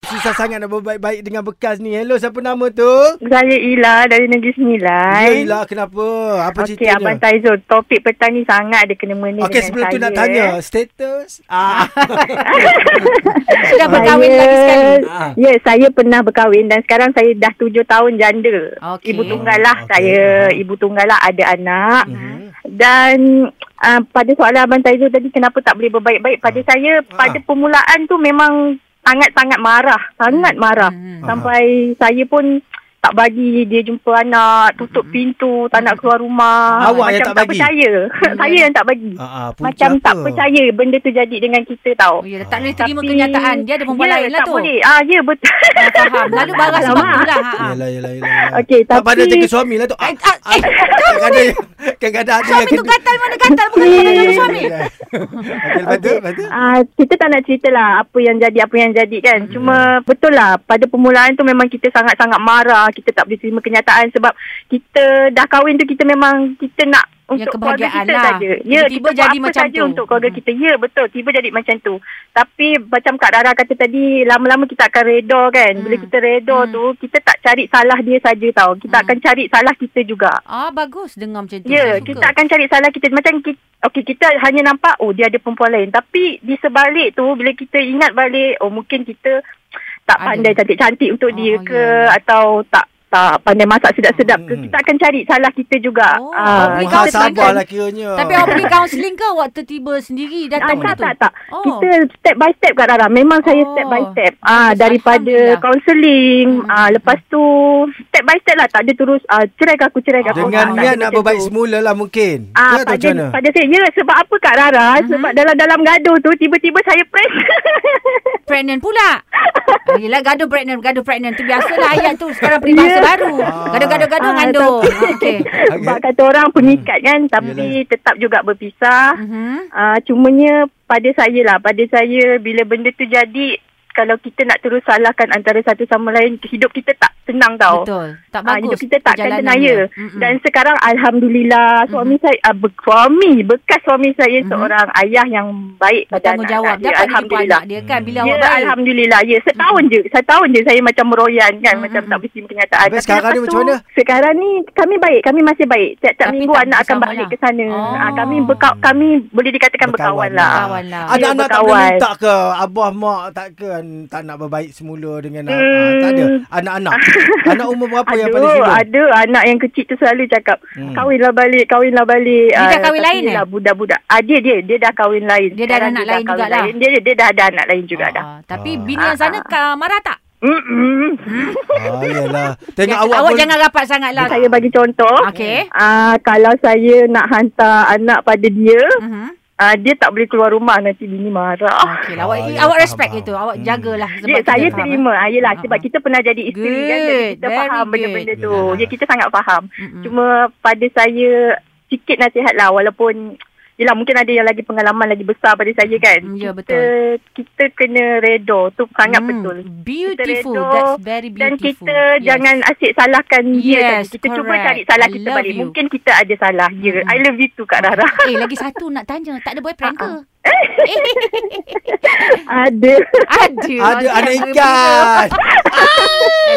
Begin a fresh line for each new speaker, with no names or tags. susah sangat nak berbaik-baik dengan bekas ni. Hello, siapa nama tu?
Saya Ila dari Negeri Sembilan.
Yelah, kenapa? Ya, Apa
Okey,
ceritanya?
Abang Taizul, topik petang ni sangat ada kena-mena
Okey,
dengan
sebelum
saya. eh.
tu nak tanya. Status? Ah.
Sudah berkahwin lagi sekali.
Ah.
Ya, yeah, saya pernah berkahwin dan sekarang saya dah tujuh tahun janda.
Okey.
Ibu tunggal
Okey.
lah
Hmm.
okay. saya. Ibu tunggal lah ada anak.
Mhm.
Dan uh, pada soalan Abang Taizul tadi kenapa tak boleh berbaik-baik.
Ah.
Pada saya, pada permulaan tu memang sangat-sangat marah. Sangat marah.
Hmm.
Sampai saya pun tak bagi dia jumpa anak, tutup pintu, tak nak keluar rumah.
Mhm. Awak
Macam
yang tak bagi?
percaya. saya yang tak bagi.
Ah, ah, punca
Macam tak
apa?
percaya benda tu jadi dengan kita
Oh,
tau.
yelah, tak boleh
Ah.
terima
Tapi-
kenyataan. Dia ada perempuan
Ya,
lain lah
tak
tu.
boleh. Ah, ya, betul.
Ah, faham. Lalu baras sebab
Alamak.
tu lah. Ha, ha.
Yelah, yelah, yelah. yelah.
Okey,
Tak pada
tapi-
jaga suami lah tu. Ah,
Eh, ah,
ah,
eh,
Kadang-kadang kadang-kadang ada yang
Suami tu gatal mana gatal bukan kepada jaga suami.
Okey, lepas tu, lepas tu.
Ah, kita tak nak cerita lah apa yang jadi, apa yang jadi kan.
Hmm.
Cuma betul lah, pada permulaan tu memang kita sangat-sangat marah. Kita tak boleh terima kenyataan sebab kita dah kahwin tu kita memang, kita nak
Ya,
untuk keluarga
kebahagiaan
kita
lah.
saja. Ya,
Tiba-tiba
kita buat
jadi
apa
macam
saja
tu.
untuk keluarga
Hmm.
kita. Ya, betul. Tiba jadi macam tu. Tapi macam Kak Rara kata tadi, lama-lama kita akan reda kan. Bila
Hmm.
kita reda
Hmm.
tu, kita tak cari salah dia saja tau. Kita
Hmm.
akan cari salah kita juga.
Ah, bagus dengar macam tu.
Ya,
Suka.
kita akan cari salah kita. Macam kita, okay, kita hanya nampak, oh dia ada perempuan lain. Tapi di sebalik tu, bila kita ingat balik, oh mungkin kita tak
Ada.
pandai cantik-cantik untuk
Oh,
dia
ya,
ke.
ya.
Atau tak tak pandai masak sedap-sedap ke.
Hmm.
Kita aakan cari salah kita juga.
Oh, lah.
Ah.
Tapi
Wah,
kau
sabarlah
sedangkan-
kiranya.
Tapi awak pergi kaunseling ke awak tertiba sendiri
Ah,
datang
tak,
tu?
tak, tak.
Oh.
Kita step by step Kak Rara. Memang saya
Oh.
step by step. Ah daripada
Alhamdulillah.
kaunseling,
Hmm.
ah lepas tu step by step lah tak ada terus ah cerai ke aku cerai ke aku.
Dengan
Ah, tak
niat
ada
nak
macam
berbaik
tu.
semula lah mungkin.
Ah,
Ya, atau
pada,
macam mana?
pada saya, ya sebab apa Kak Rara?
Mhm.
Sebab dalam dalam gaduh tu, tiba-tiba saya press.
Pregnant pula. Ah, Yelah gaduh pregnant, gaduh pregnant tu biasalah ayat tu sekarang peribahasa
Ya.
baru.
Ah.
Gaduh-gaduh-gaduh
Ah,
ngandung. Ah, Okey.
sebab kata orang
Hmm.
pengikat kan, tapi tetap juga berpisah.
Mhm.
Ah, cumanya pada saya lah, pada saya bila benda tu jadi, kalau kita nak terus salahkan antara satu sama lain, hidup kita tak tenang tau.
Betul. Hmm. Tak
Ah,
bagus.
hidup kita takkan
perjalanannya.
tenaya.
Mm-mm.
Dan sekarang alhamdulillah
Hmm.
suami saya uh, suami bekas suami saya
Mhm.
seorang ayah yang baik pada
bertanggungjawawab
anak-anak dia.
dapat jumpa
Alhamdulillah.
anak dia kan bila
Ya,
awak baik. Hmm.
Alhamdulillah. Ya, setahun je. Setahun je saya macam meroyan kan.
Mm,
Macam
mm,
tak boleh terima kenyataan.
Tapi sekarang
lepas
ni macam
tu,
mana?
Sekarang ni kami baik. Kami masih baik. Tiap-tiap
Tapi
minggu
tak
anak akan
bersama
balik
lah.
ke sana.
Oh.
Ah, kami berka- kami boleh dikatakan berkawan, lah.
Berkawan lah.
Ada
Ya,
anak tak boleh
berkawan.
minta ke abah mak takkan tak nak berbaik semula dengan hmm. ah,
Hmm.
tak ada anak-anak. anak umur berapa yang paling
Aduh,
sibuk?
ada anak yang kecil tu selalu cakap,
Hmm.
kahwinlah balik, kahwinlah balik.
Dia
Ah,
dah kahwin
tapi
lain, eh?
lah Budak-budak. Ah, dia, dia, dia dah kahwin lain.
Dia dah ada
Sekarang
anak lain
kahwin
jugalah.
lain. Dia, dia dah ada anak lain juga
Ah,
dah.
Tapi
Ah.
bini yang sana ka, marah tak?
Mm-mm.
Ah, yalah. Tengok
Jangan-
awak,
awak
pun
jangan rapat sangat lah.
Saya bagi contoh.
Okey.
Ah, kalau saya nak hantar anak pada dia,
Mhm.
Ah dia tak boleh keluar rumah nanti bini marah.
Okey lah. Awak,
Ah, ya,
awak
faham,
respect
faham.
itu. Awak
Hmm.
jagalah.
Oh. Ya,
sebab
saya
kita faham,
terima. Ah, yelah,
Ah,
sebab
ah.
kita pernah jadi isteri kan. Jadi kita
Good,
faham
very
benda-benda
good.
tu. Ya, kita sangat faham.
eh. Mm-mm.
Cuma pada saya, sikit nasihat lah. Walaupun, yelah mungkin ada yang lagi pengalaman lagi besar pada saya kan.
Mm, ya,
kita,
betul.
Kita kena redo. Tu sangat
Mm,
betul.
Beautiful.
Kita redo
That's very
Dan
beautiful.
kita
Yes.
jangan asyik salahkan dia.
Yes,
saja. Kita cuba
correct.
cari salah
I
kita
love
balik.
you.
Mungkin kita ada salah. Ya,
Mm.
I love you too Kak Rara.
Eh, lagi satu nak tanya. Tak ada
Ah,
boyfriend ke?
ada.
Ada.
ada anak
ah.
Alhamdulillah.
ikan.